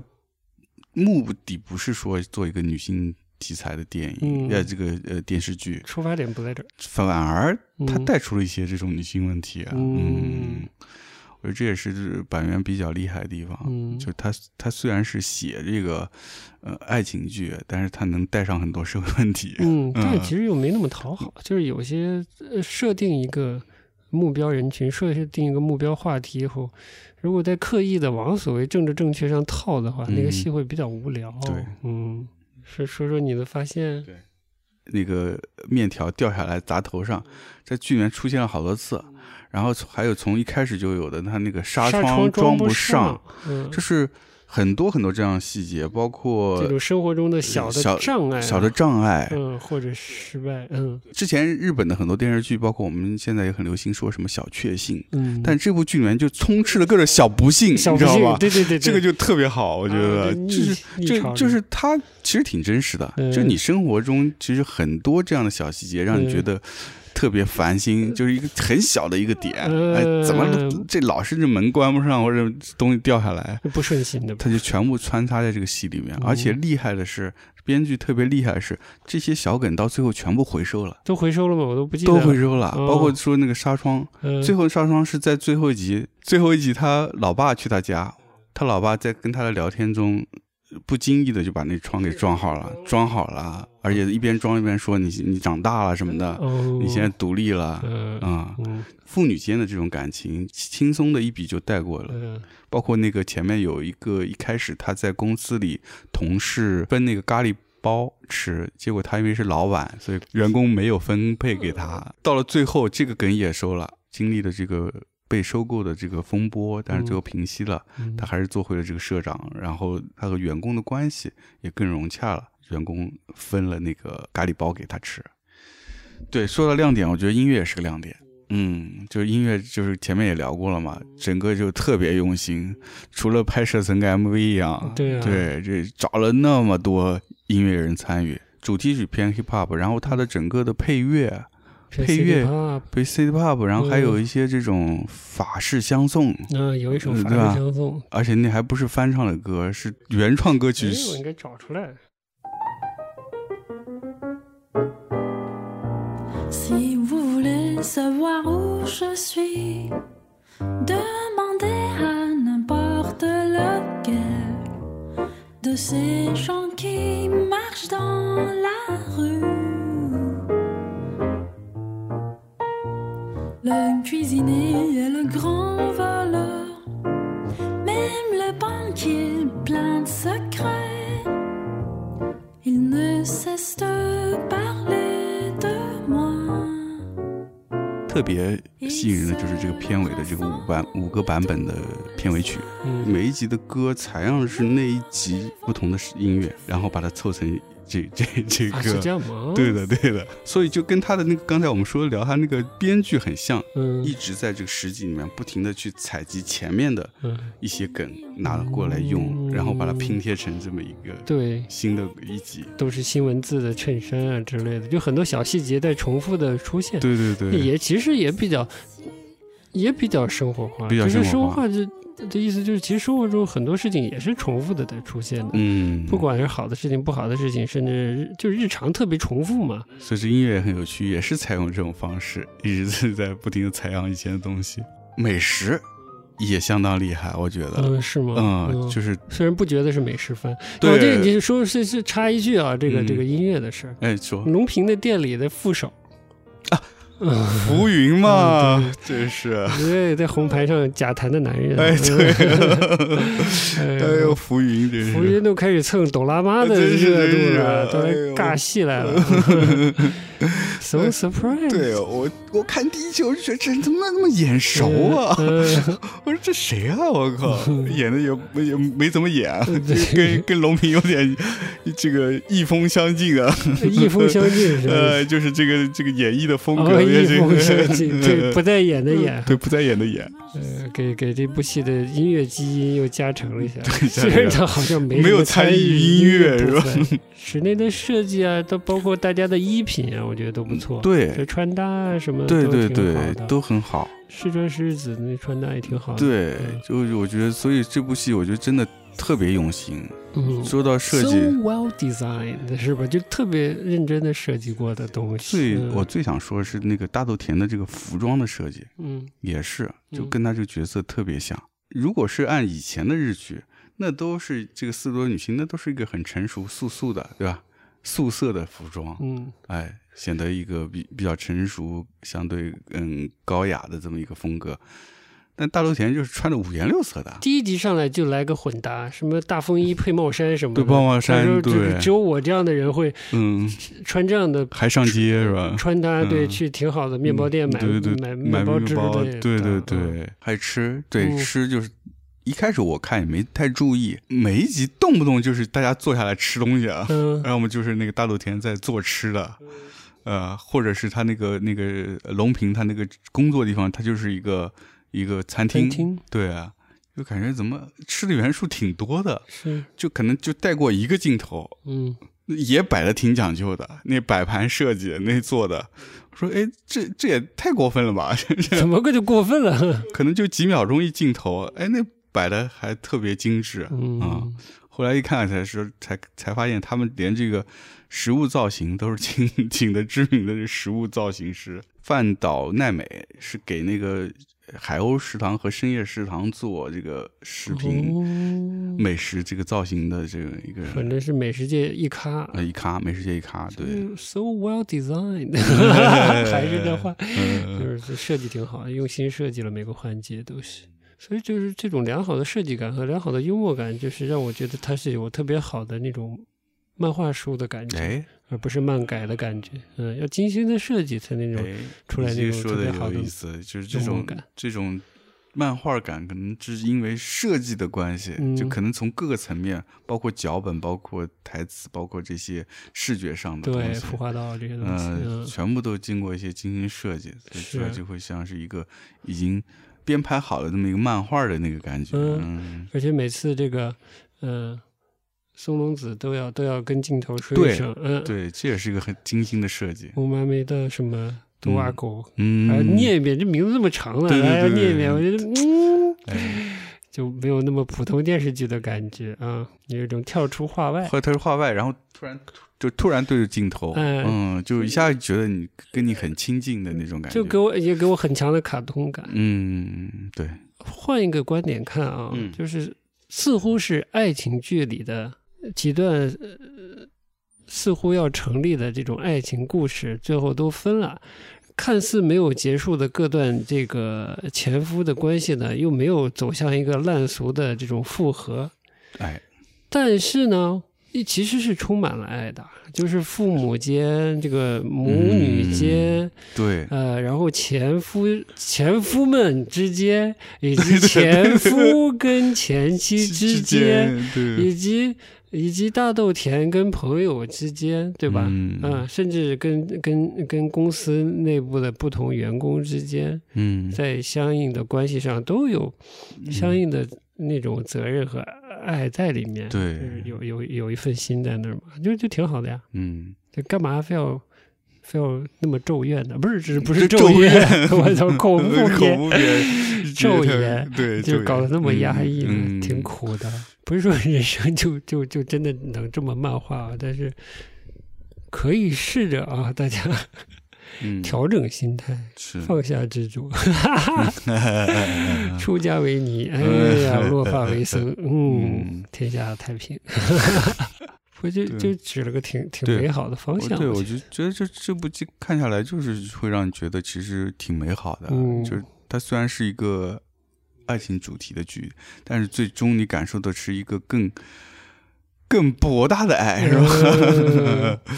目的不是说做一个女性题材的电影，嗯呃，这个呃电视剧，出发点不在这儿，反而它嗯带出了一些这种女性问题啊。嗯嗯我觉得这也是板垣比较厉害的地方。嗯就他他虽然是写这个呃爱情剧，但是他能带上很多社会问题。嗯，但是嗯其实又没那么讨好，就是有些呃设定一个目标人群，设定一个目标话题以后，如果再刻意的往所谓政治正确上套的话，那个嗯戏会比较无聊。对，嗯，是说说你的发现，那个面条掉下来砸头上，在剧里面出现了好多次，然后从还有从一开始就有的他那个纱嗯纱窗装不上，，嗯就，是很多很多这样的细节，包括这种生活中的小的呃小障碍啊，小的障碍。嗯，或者失败，嗯之前日本的很多电视剧，包括我们现在也很流行说什么小确幸，嗯，但这部剧里面就充斥了各种小不幸，小你知不道幸，吧？对对对，这个就特别好，我我觉得就是就就是它其实挺真实的，嗯就你生活中其实很多这样的小细节，让你嗯觉得特别烦心，就是一个很小的一个点，嗯哎，怎么这老是这门关不上或者东西掉下来，不顺心 的，它就全部穿插在这个戏里面，嗯而且厉害的是，编剧特别厉害的是，这些小梗到最后全部回收了。都回收了吗？我都不记得都了，回收了，哦包括说那个纱窗，嗯最后上双是在最后一集，最后一集他老爸去他家，他老爸在跟他的聊天中，不经意的就把那窗给装好了，装好了，而且一边装一边说你你长大了什么的，哦，你现在独立了。嗯啊、嗯父女间的这种感情，轻松的一笔就带过了。嗯包括那个前面有一个，一开始他在公司里，同事分那个咖喱包吃，结果他因为是老板，所以员工没有分配给他。到了最后，这个梗也收了，经历了这个被收购的这个风波，但是最后平息了，嗯他还是做回了这个社长，然后他和员工的关系也更融洽了，员工分了那个咖喱包给他吃。对，说到亮点，我觉得音乐也是个亮点。嗯，就是音乐，就是前面也聊过了嘛，整个就特别用心，除了拍摄成个 MV 一样，对啊对，这找了那么多音乐人参与，主题曲偏 hip hop，然后它的整个的配乐配乐啊，对 City Pop，然后还有一些这种法式相送，那有一首嗯《法对吧式相送》，而且那还不是翻唱的歌，是原创歌曲哎，我应该找出来。 Si vous voulez savoir où je suis, demandez à n'importe lequel de ces gens qui marchent dans la rue. Le cuisinier est le grand voleur, même le banquier plein de secrets. Il ne cesse de parler de moi. 特别吸引人的就是这个片尾的这个五版五个版本的片尾曲，嗯，每一集的歌采样是那一集不同的音乐，然后把它凑成这这这啊，个。是这样吗？对，的，对的，所以就跟他的那个刚才我们说聊他那个编剧很像，嗯一直在这个实景里面不停的去采集前面的嗯，一些梗拿过来用，嗯然后把它拼贴成这么一个对，新的一集。都是新文字的衬衫啊之类的，就很多小细节在重复的出现，对对对， 也其实也比较，也比较生活化，比较就是生生活活化化就的意思就是，其实生活中很多事情也是重复的在出现的。嗯，不，管是好的事情、不好的事情，甚至日就日常特别重复嘛，所以这音乐也很有趣，也是采用这种方式，一直是在不停的采样以前的东西。美食也相当厉害，我觉得，嗯，是吗？呃嗯，就是虽然不觉得是美食番，对哦、这个你说是是插一句啊，这个、嗯这个音乐的事儿，哎说龙平的店里的副手啊，浮云嘛， 真是，嗯，对，在红牌上假弹的男人，嗯哎对，哎 哎呦浮云真福是，云都开始蹭懂拉 妈的真是热度了，真都来是哎呦尬戏 来了，so surprise，对我我看第一集我就觉得这人怎么那么眼熟啊，嗯 我说这谁啊？我 靠，演的也也没怎么演啊，嗯就对跟跟龙平有点这个异风相近啊。 一风相近是 吧？呃，就是这个这个演绎的风格哦，也一是，风相近，对，不在演的演。对不在演的演，呃，给给这部戏的音乐基因又加成了一下，加虽成然他好像没没什有么参参与音乐是吧吧？室内的设计啊，都包括大家的衣品啊，我觉得都不错。，这对穿搭啊什么的，对对挺好对，的都很好。试穿狮子那穿搭也挺好的。对嗯，就是我觉得，所以这部戏我觉得真的特别用心。嗯，说到设 so 计， well designed 是吧？就特别认真的设计过的东西。最嗯我最想说的是那个大豆田的这个服装的设计，嗯也是，就嗯跟他这个角色特别像。如果是按以前的日剧，那都是这个四多女性，那都是一个很成熟、素素的，对吧？素色的服装，嗯哎，显得一个比比较成熟、相对嗯高雅的这么一个风格。但大陆田就是穿的五颜六色的，第一集上来就来个混搭，什么大风衣配帽衫什么的。对棒帽衫那时候只对只有我这样的人会嗯，穿这样的还上街是吧？穿搭，对，嗯去挺好的面包店买对对对买买包面之包，类的。对对嗯，对，还吃，对嗯吃就是。一开始我看也没太注意，每一集动不动就是大家坐下来吃东西啊，嗯要么就是那个大豆田在做吃的，呃，或者是他那个那个龙平他那个工作地方，他就是一个一个餐厅，餐厅对啊，就感觉怎么吃的元素挺多的，是就可能就带过一个镜头， 嗯也摆的挺讲究的，那摆盘设计那做的，我说哎，这这也太过分了吧， 怎么个就过分了？可能就几秒钟一镜头，哎，那摆的还特别精致啊、嗯，后来一看才是才才发现，他们连这个食物造型都是 请请的知名的食物造型师饭岛奈美，是给那个海鸥食堂和深夜食堂做这个食品、哦美食这个造型的这个一个反人。正是美食界一咖。呃，一咖，美食界一咖，对，嗯，so well designed，还是那话， 嗯就是设计挺好，用心设计了每个环节都是。嗯所以就是这种良好的设计感和良好的幽默感，就是让我觉得它是有特别好的那种漫画书的感觉，哎而不是漫改的感觉。嗯，要精心的设计才那种哎，出来你那这个种说特的别好有的意思，就是这幽默种感这种漫画感，可能是因为设计的关系，就嗯可能从各个层面，包括脚本、包括台词、包括这些视觉上的对东西，孵化道这些东西。呃，嗯全部都经过一些精心设计，所以出来是就会像是一个已经编排好了这么一个漫画的那个感觉。嗯，而且每次这个，嗯，松隆子都要都要跟镜头说对一声，嗯，对，这也是一个很精心的设计。乌妈咪的什么。狗啊狗，嗯，哎，念一遍，这名字这么长呢，对对哎呀，对念一遍，我觉得嗯，哎 就没有那么普通电视剧的感觉啊，有一种跳出话外。后来他是话外，然后突然就突然对着镜头，嗯嗯，就一下觉得你跟你很亲近的那种感觉，就给我也给我很强的卡通感。嗯，对，换一个观点看啊，嗯就是似乎是爱情剧里的几段、呃、似乎要成立的这种爱情故事，最后都分了。看似没有结束的各段这个前夫的关系呢，又没有走向一个烂俗的这种复合，哎，但是呢，一其实是充满了爱的，就是父母间、这个母女间、对，呃，然后前夫前夫们之间，以 及前夫跟前妻之间，，对，以及以及大豆田跟朋友之间，对吧？嗯啊甚至跟跟跟公司内部的不同员工之间，嗯，在相应的关系上都有相应的那种责任和爱在里面。对就是有有有一份心在那儿嘛，就就挺好的呀。嗯，这干嘛非要非要那么咒怨呢？不是，这不是咒怨怨，我操， 恐怖恐片，怖片， 咒言对，就咒搞得言那么压抑呢，嗯、挺嗯。苦的。不是说人生就就就真的能这么漫画啊，但是可以试着啊，大家 嗯调整心态，是，放下执着， 出家 为尼，哎呀，落发为僧，嗯嗯，天下太 平。我就对就指了个挺挺对美好的方我向，对，我我觉就觉得这这部剧看下来，就是会让你觉得其实挺美好的。嗯啊就是它虽然是一个爱情主题的剧，但是最终你感受的是一个更更博大的爱，是吧？得嗯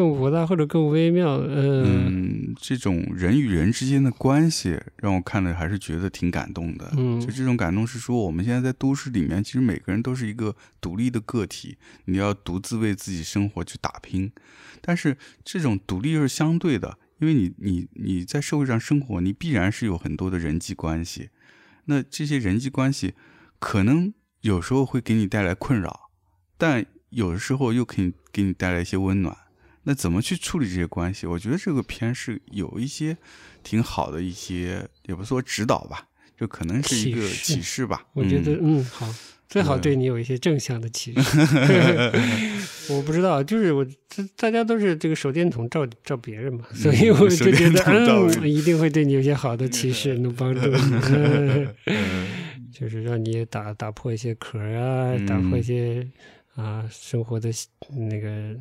更博大或者更微妙，嗯嗯，这种人与人之间的关系，让我看了还是觉得挺感动的。嗯就这种感动是说，我们现在在都市里面，其实每个人都是一个独立的个体，你要独自为自己生活去打拼。但是这种独立又是相对的，因为你你你在社会上生活，你必然是有很多的人际关系。那这些人际关系可能有时候会给你带来困扰，但有的时候又可以给你带来一些温暖。那怎么去处理这些关系？我觉得这个片是有一些挺好的一些，也不是说指导吧， 就可能是一个启示启示吧。我觉得嗯嗯好，最好对你有一些正向的启 示。 我不知道，就是我这大家都是这个手电筒照照别人嘛，所以我就觉得嗯手电筒照嗯，一定会对你有些好的 启示，能帮助你， 嗯就是让你打打破一些壳啊，嗯打破一些啊生活的习那个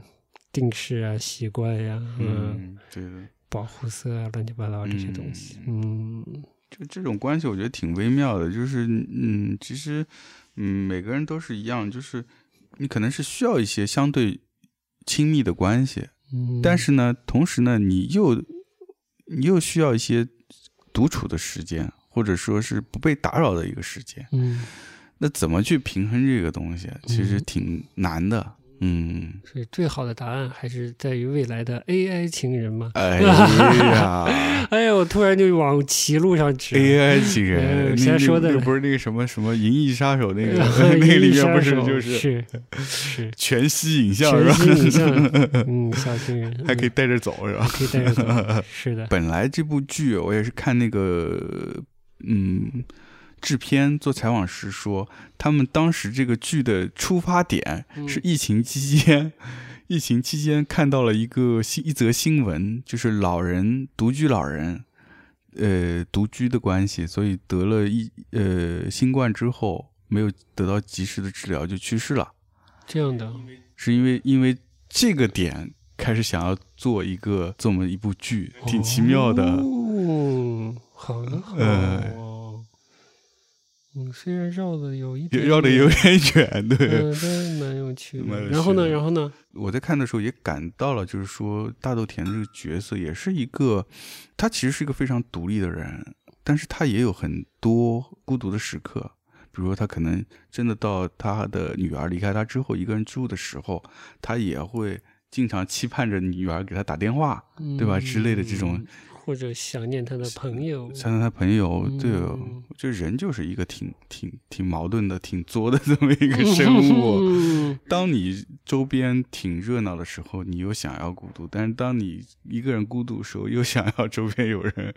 定式啊、习惯呀、嗯，嗯，对的。保护色啊，乱七八糟这些东西，嗯就这种关系，我觉得挺微妙的。就是，嗯，其实，嗯，每个人都是一样，就是你可能是需要一些相对亲密的关系，嗯，但是呢，同时呢，你又你又需要一些独处的时间，或者说是不被打扰的一个时间。嗯。那怎么去平衡这个东西，啊其实挺难的。 嗯，所以最好的答案还是在于未来的 AI 情人嘛。哎 呀哎呀，我突然就往歧路上指了。 ，AI 情人，哎那瞎那说的那不是那个什么什么《银翼杀手》那 个然后哎那个里一面杀不是手就是是全息影像全息影 是吧？像，嗯，小情人还可以嗯带着走是吧？可以带着 走，是的，本来这部剧我也是看那个，嗯，制片做采访时说，他们当时这个剧的出发点是疫情期间， 疫情期间看到了一个新一则新闻，就是老人独居老人，呃，独居的关系，所以得了一呃新冠之后没有得到及时的治疗就去世了。这样的，是因为因为这个点开始想要做一个这么一部剧， 挺奇妙的。哦，好的，好哎哦。嗯，虽然绕的有一点，嗯绕的有，点远，对。嗯，但是蛮有趣蛮的。有然后呢，趣的然后呢，我在看的时候也感到了，就是说大豆田这个角色也是一个，他其实是一个非常独立的人，但是他也有很多孤独的时刻。比如说，他可能真的到他的女儿离开他之后，一个人住的时候，他也会经常期盼着女儿给他打电话，对吧？之类的这种，嗯或者想念他的朋友，像他朋友，对哦嗯，就人就是一个挺挺挺矛盾的、挺作的这么一个生物。嗯当你周边挺热闹的时候，你又想要孤独；但是当你一个人孤独的时候，又想要周边 有人。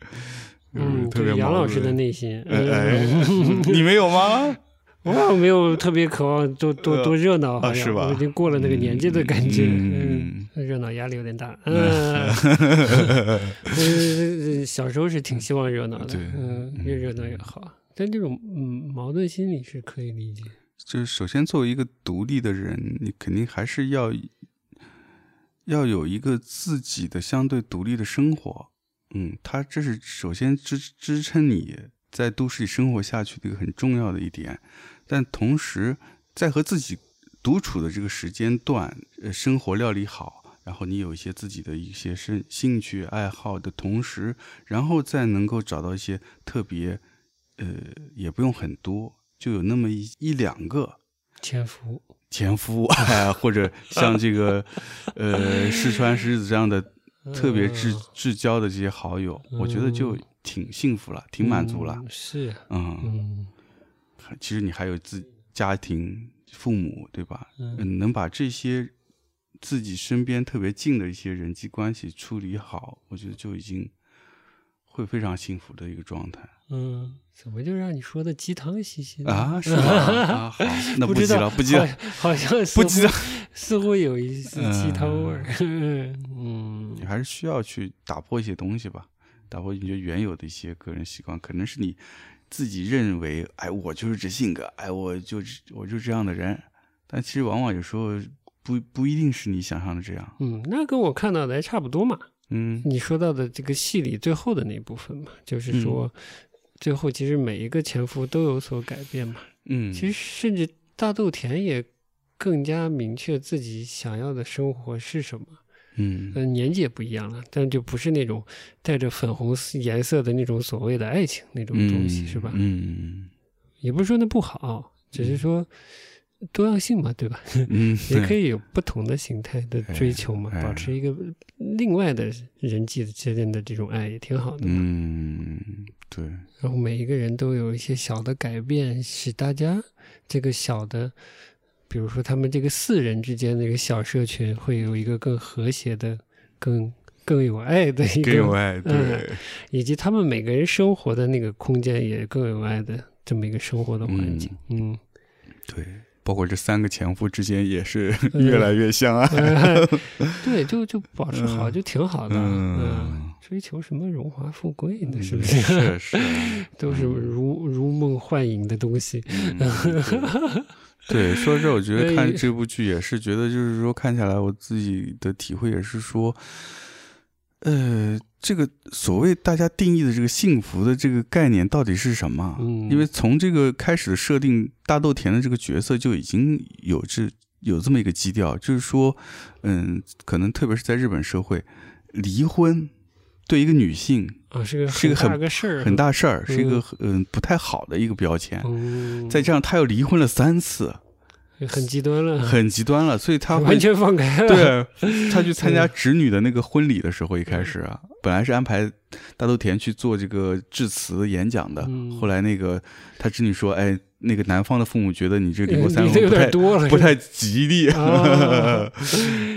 嗯，特就别是杨矛老师的盾，内心，哎 哎嗯，你没有吗？我好像没有特别渴望多多呃多热闹，好啊像是吧我已经过了那个年纪的感觉，嗯嗯，热闹压力有点大，嗯， 呃小时候是挺希望热闹嗯的对，嗯，越热闹越好，但这种嗯矛盾心理是可以理解，就是首先作为一个独立的人，你肯定还是要要有一个自己的相对独立的生活。嗯，它这是首先支支撑你在都市里生活下去的一个很重要的一点，但同时在和自己独处的这个时间段，呃，生活料理好，然后你有一些自己的一些兴兴趣爱好的同时，然后再能够找到一些特别，呃，也不用很多，就有那么一一两个潜伏，前夫， 哎，或者像这个， 呃，四川石子这样的特别至嗯至交的这些好友，我觉得就挺幸福了，挺满足了嗯，是，嗯，嗯其实你还有自家庭、父母，对吧？嗯嗯，能把这些自己身边特别近的一些人际关系处理好，我觉得就已经会非常幸福的一个状态嗯，怎么就让你说的鸡汤兮兮呢？啊，是吧？啊， 好，那嗯不不急知道了，不急了，好好像似不急了乎，似乎有一丝鸡汤味儿。 嗯你还是需要去打破一些东西吧，打破你觉得原有的一些个人习惯，可能是你自己认为，哎，我就是这性格，哎，我就是我就这样的人，但其实往往有时候不不一定是你想象的这样，嗯，那跟我看到的还差不多嘛。嗯你说到的这个戏里最后的那部分嘛，就是说，最后其实每一个前夫都有所改变嘛。嗯，其实甚至大豆田也更加明确自己想要的生活是什么。嗯嗯，年纪也不一样了，但就不是那种带着粉红色颜色的那种所谓的爱情那种东西，嗯是吧？嗯也不是说那不好，只是说多样性嘛，对吧？嗯， 也可以，以有不同的形态的追求嘛，哎哎保持一个另外的人际之间的这种爱也挺好的嘛。嗯对，然后每一个人都有一些小的改变，使大家这个小的，比如说他们这个四人之间的一个小社群，会有一个更和谐的、更更有爱的一更有个，爱，对嗯，以及他们每个人生活的那个空间也更有爱的这么一个生活的环境。嗯，对，包括这三个前夫之间也是嗯越来越啊相爱，呃 对，就就保持好，嗯就挺好的。嗯，嗯，追求什么荣华富贵呢？是 不是是？是。都是如 如梦幻影的东西。 嗯对，对说这，我觉得哎看这部剧也是觉得，就是说看下来，我自己的体会也是说，呃，这个所谓大家定义的这个幸福的这个概念到底是什么？啊嗯因为从这个开始的设定，大豆田的这个角色就已经有这有这么一个基调，就是说，嗯，可能特别是在日本社会，离婚对一个女性啊，是个是个很大很个事儿，很。大事儿，是一个嗯很嗯不太好的一个标签。嗯，再这样，他又离婚了三次，很极端了，很极端了，所以他会完全放开了。，对他去参加侄女的那个婚礼的时候，一开始啊，本来是安排大豆田去做这个致辞演讲的，嗯后来那个他侄女说，哎，那个男方的父母觉得你这离过三嗯离次的哎有不太点多了，不太吉利，啊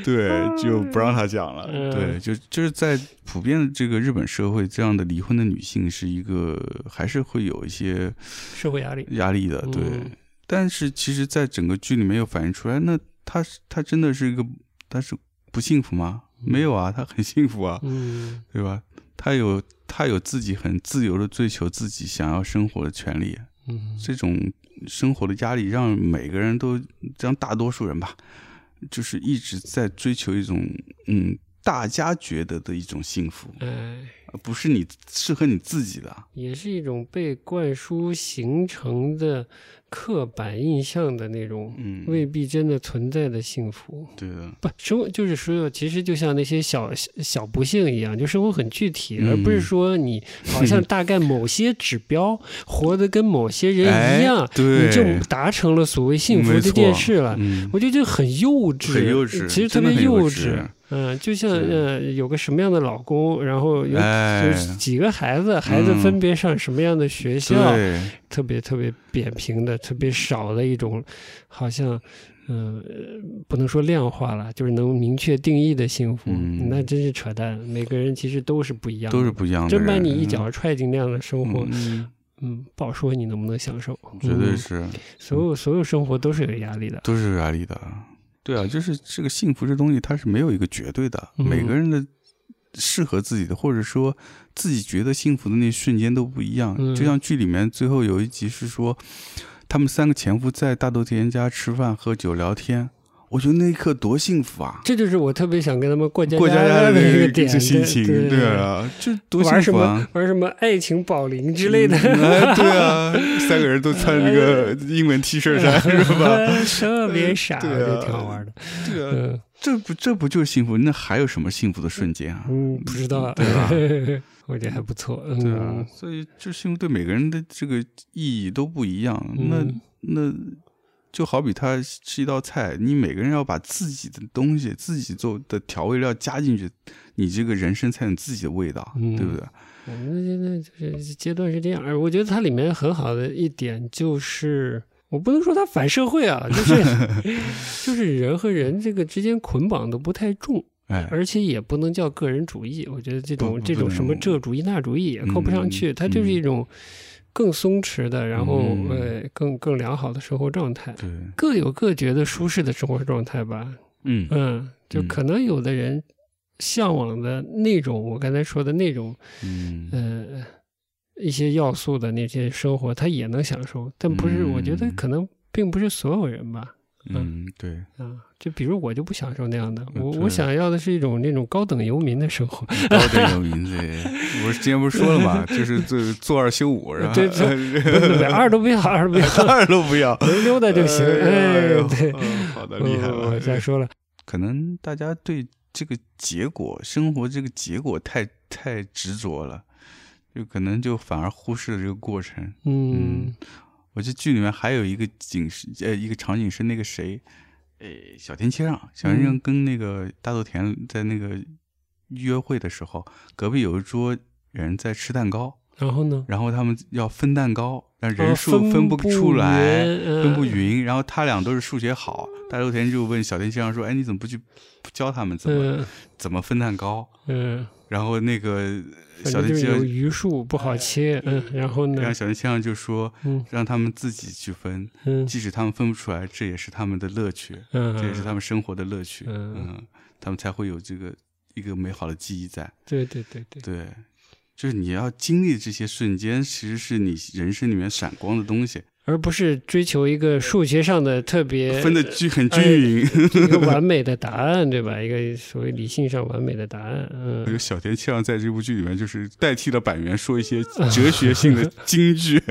对，就不让他讲了。嗯对，就就是在普遍的这个日本社会，这样的离婚的女性是一个还是会有一些。社会压力。压力的，对。嗯但是其实，在整个剧里面又反映出来，那他是他真的是一个，他是不幸福吗？没有啊，他很幸福啊，嗯对吧？他有他有自己很自由的追求自己想要生活的权利，嗯，这种生活的压力让每个人都，让大多数人吧，就是一直在追求一种嗯大家觉得的一种幸福，哎，而不是你适合你自己的。也是一种被灌输形成的刻板印象的那种，嗯未必真的存在的幸福。对的，不，生活就是说，其实就像那些小小不幸一样，就生活很具体，嗯而不是说你好像大概某些指标活得跟某些人哎一样，对你就达成了所谓幸福没这错件事了。嗯，我觉得这很幼稚，很幼稚其实特真的别很幼稚稚。嗯，就像是呃，有个什么样的老公，然后有哎嗯就是几个孩子，孩子分别上什么样的学校，对，特别特别扁平的、特别少的一种，好像。嗯、呃不能说量化了，就是能明确定义的幸福，嗯那真是扯淡。每个人其实都是不一样的，都是不一样的人。真把你一脚踹进那样的生活，嗯，嗯，不好说你能不能享受。绝对嗯是。所有所有生活都是有压力的。都是有压力的。对啊，就是这个幸福这东西，它是没有一个绝对的，嗯每个人的适合自己的，或者说自己觉得幸福的那一瞬间都不一样。嗯就像剧里面最后有一集是说，他们三个前夫在大豆田研家吃饭、喝酒、聊天，我觉得那一刻多幸福啊！这就是我特别想跟他们过家过家家的一一个点这心情，对对啊，这多幸玩什福么啊！玩什么爱情保龄之类的，哎嗯哎对啊，三个人都穿这个英文 T 恤 衫是吧？特别傻，对啊这挺好玩的。对啊，哎嗯这不这不就是幸福？那还有什么幸福的瞬间啊？嗯，不知道，对吧？ 我觉得还不错。对啊嗯，，所以这幸福对每个人的这个意义都不一样。嗯那那就好比它是一道菜，你每个人要把自己的东西、自己做的调味料加进去，你这个人生才有自己的味道，嗯对不对？我们现在就是阶段是这样，而我觉得它里面很好的一点就是。我不能说它反社 会啊，就是就是人和人这个之间捆绑的不太重，哎，而且也不能叫个人主义，我觉得这不种不这种能什么这主义那主义也扣不上去，嗯它就是一种更松弛的，然后嗯呃更更良好的生活状态，对，各有各觉得舒适的生活状态吧。嗯嗯，就嗯可能有的人向往的那种，我刚才说的那种嗯，呃一些要素的那些生活，他也能享受，但不是，我觉得嗯可能并不是所有人吧。嗯，对，啊，就比如我就不享受那样的，嗯我对我想要的是一种那种高等游民的生活， 高点有名字。我之前不是说了吗？就是做做二休五，然后 对做不不不，二都不要，二都不要，二都不 要，能溜达就行。哎，呦对，嗯好的，厉害我我了。哎再说了，可能大家对这个结果、生活这个结果太太执着了，就可能就反而忽视了这个过程。嗯，我这剧里面还有一个景是呃一个场景是那个谁，呃小田切让，小田切嗯让跟那个大豆田在那个约会的时候，隔壁有一桌人在吃蛋糕，然后呢？然后他们要分蛋糕，但哦人数分不布出来。匀嗯分不匀，然后他俩都是数学好，大豆田就问小田先生说：“哎，你怎么不去不教他们怎么、嗯怎么分蛋糕嗯，？”然后那个反小正田就是有先生，余数不好哎切，嗯，然后然呢后，小田先生就说嗯：“让他们自己去分，嗯即使他们分不出来，这也是他们的乐趣，嗯，这也是他们生活的乐趣。嗯嗯，他们才会有这个一个美好的记忆在。对对对对，对，就是你要经历这些瞬间，其实是你人生里面闪光的东西，而不是追求一个数学上的特别 分的均很均匀。 一个完美的答案，对吧？一个所谓理性上完美的答案，那嗯个，小田切让在这部剧里面就是代替了板垣说一些哲学性的金句，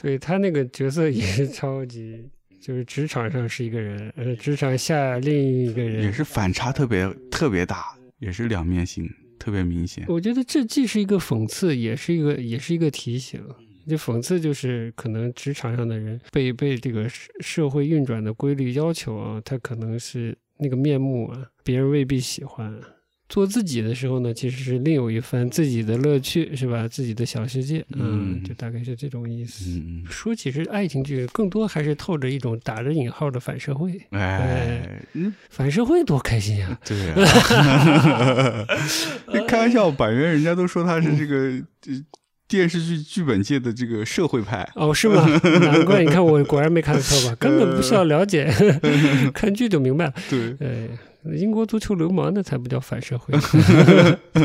对他那个角色也是 超级，就是职场上是一个人，呃，职场下另一个也人。是反差特别特别大，也是两面性特别明显。我觉得这既是一个讽刺，也是一个也是一个提醒。就讽刺就是可能职场上的人被被这个社社会运转的规律要求啊，他可能是那个面目啊，别人未必喜欢。啊做自己的时候呢，其实是另有一番自己的乐趣，是吧？自己的小世界，嗯，嗯就大概是这种意思。嗯，说起是爱情剧，更多还是透着一种打着引号的反社会。哎，嗯反社会多开心呀、对 啊，你开玩笑，板垣人家都说他是这嗯个呃电视剧剧本界的这个社会派，哦，是吗？难怪你看我果然没看错吧，根本不需要了解，呃 看剧就明白了。对，哎，英国足球流氓那才不叫反 社会，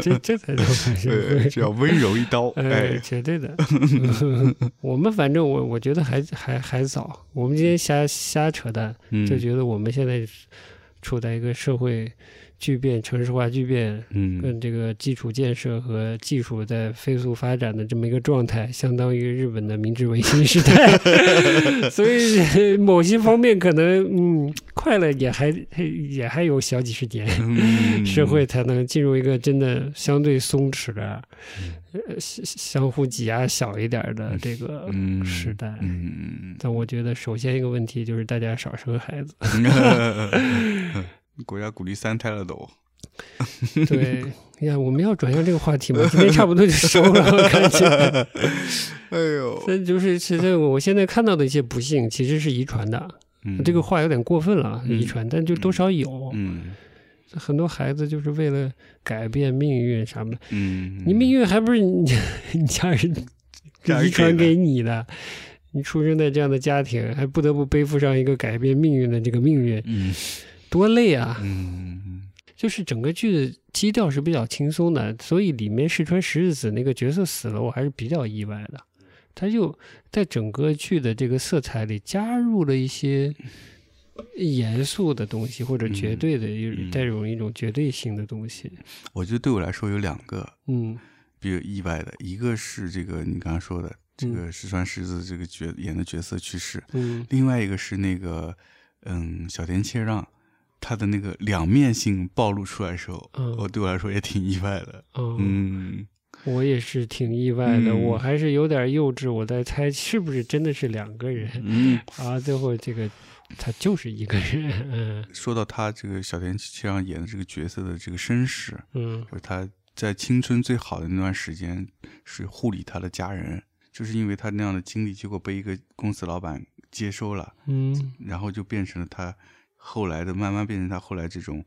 这这才叫反社呃，会。只要温柔一刀，哎，哎，绝 对的。我们反正我我觉得还还还早，我们今天瞎瞎扯淡，嗯就觉得我们现在处在一个社会巨变、城市化巨变嗯跟呃这个基础建设和技术在飞速发展的这么一个状态，相当于日本的明治维新时 代，所以某些方面可能嗯，快了也还也还有小几十年。嗯 社会才能进入一个真的相对松弛的、呃相相互挤压小一点的这个嗯时代。嗯， 但我觉得，首先一个问题就是大家少生孩子。国家鼓励三胎了都，对，呀，我们要转向这个话题嘛，今天差不多就收了，我感觉。哎呦，但就是现在，我现在看到的一些不幸，其实是遗传的。这个话有点过分了，啊嗯遗传，但就多少有。嗯很多孩子就是为了改变命运啥的，嗯，你命运还不是你 你家人 家人遗传给给你的？你出生在这样的家庭，还不得不背负上一个改变命运的这个命运，嗯多累啊！嗯就是整个剧的基调是比较轻松的，所以里面石川十日子那个角色死了，我还是比较意外的。他就在整个剧的这个色彩里加入了一些严肃的东西，或者嗯绝对的，有带有一种绝对性的东西。我觉得对我来说有两个嗯比较意外的，一个是这个你刚刚说的这个石川狮子这个角演的角色去世，嗯另外一个是那个嗯小田切让。他的那个两面性暴露出来的时候，嗯我对我来说也挺意外的。哦嗯我也是挺意外的，嗯我还是有点幼稚，我在猜是不是真的是两个人嗯，啊？最后这个他就是一个人，嗯说到他这个小田切让演的这个角色的这个身世，嗯就是他在青春最好的那段时间是护理他的家人，就是因为他那样的经历，结果被一个公司老板接收了，嗯然后就变成了他后来的慢慢变成他后来这种，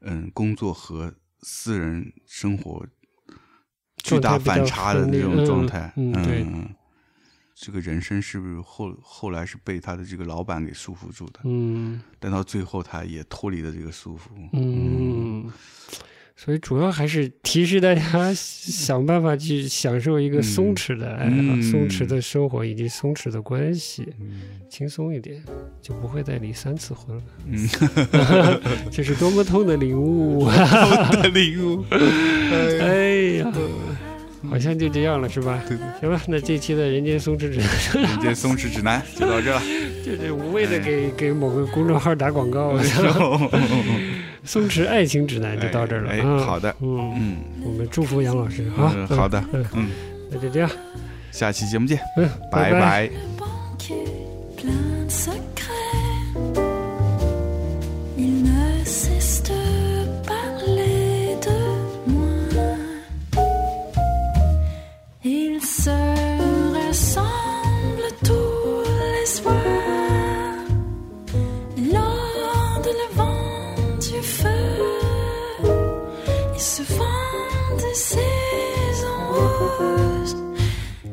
嗯，工作和私人生活巨大反差的那种状态，状态比较分裂嗯这个人生是不是后后来是被他的这个老板给束缚住的？嗯但到最后，他也脱离了这个束缚。嗯，所以主要还是提示大家想办法去享受一个松弛的爱好、嗯松弛的生活以及松弛的关系，嗯轻松一点，就不会再离三次婚了。嗯， 这是多么痛的领悟！啊的领悟。 哎呀，好像就这样了，是吧？行吧，那这期的《人间松弛指南》 人间松弛指南就到 这了。 就是无谓的给给某个公众号打广告，我操松弛爱情指南就到这儿了。哎哎啊好的嗯，嗯，我们祝福杨老师啊嗯。好，的，嗯，那就这样，下期节目见，嗯，拜拜。拜。 plein de secrets. Il ne cesse de parler de moi. Il se ressemble tous les soirs. Lors de l'avant du feu, il se vend de ses roses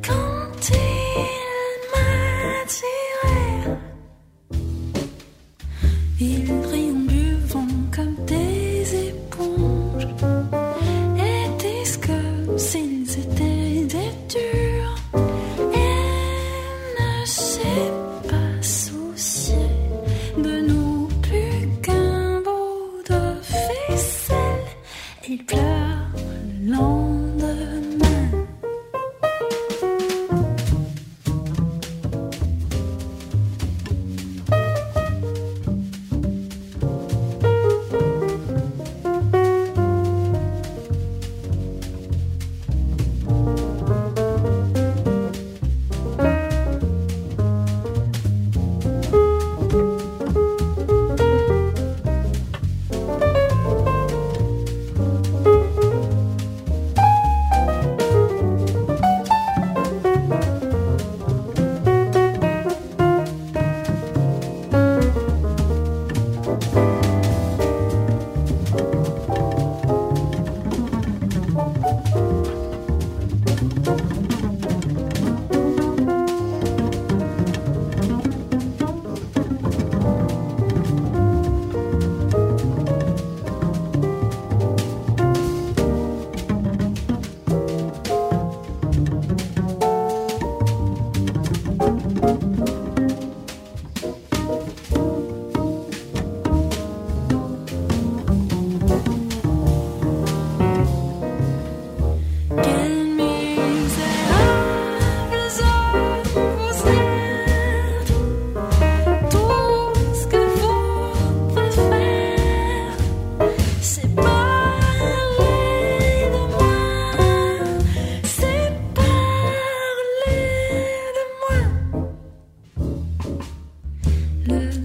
quand il m'attirait. Ils brillent en buvant comme des éponges et disent comme s'ils étaient des durs. Elle ne s'est pas souciée de nous plus qu'un bout de ficelle. Il pleure le lendemain.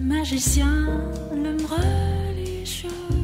magicien, le religieux.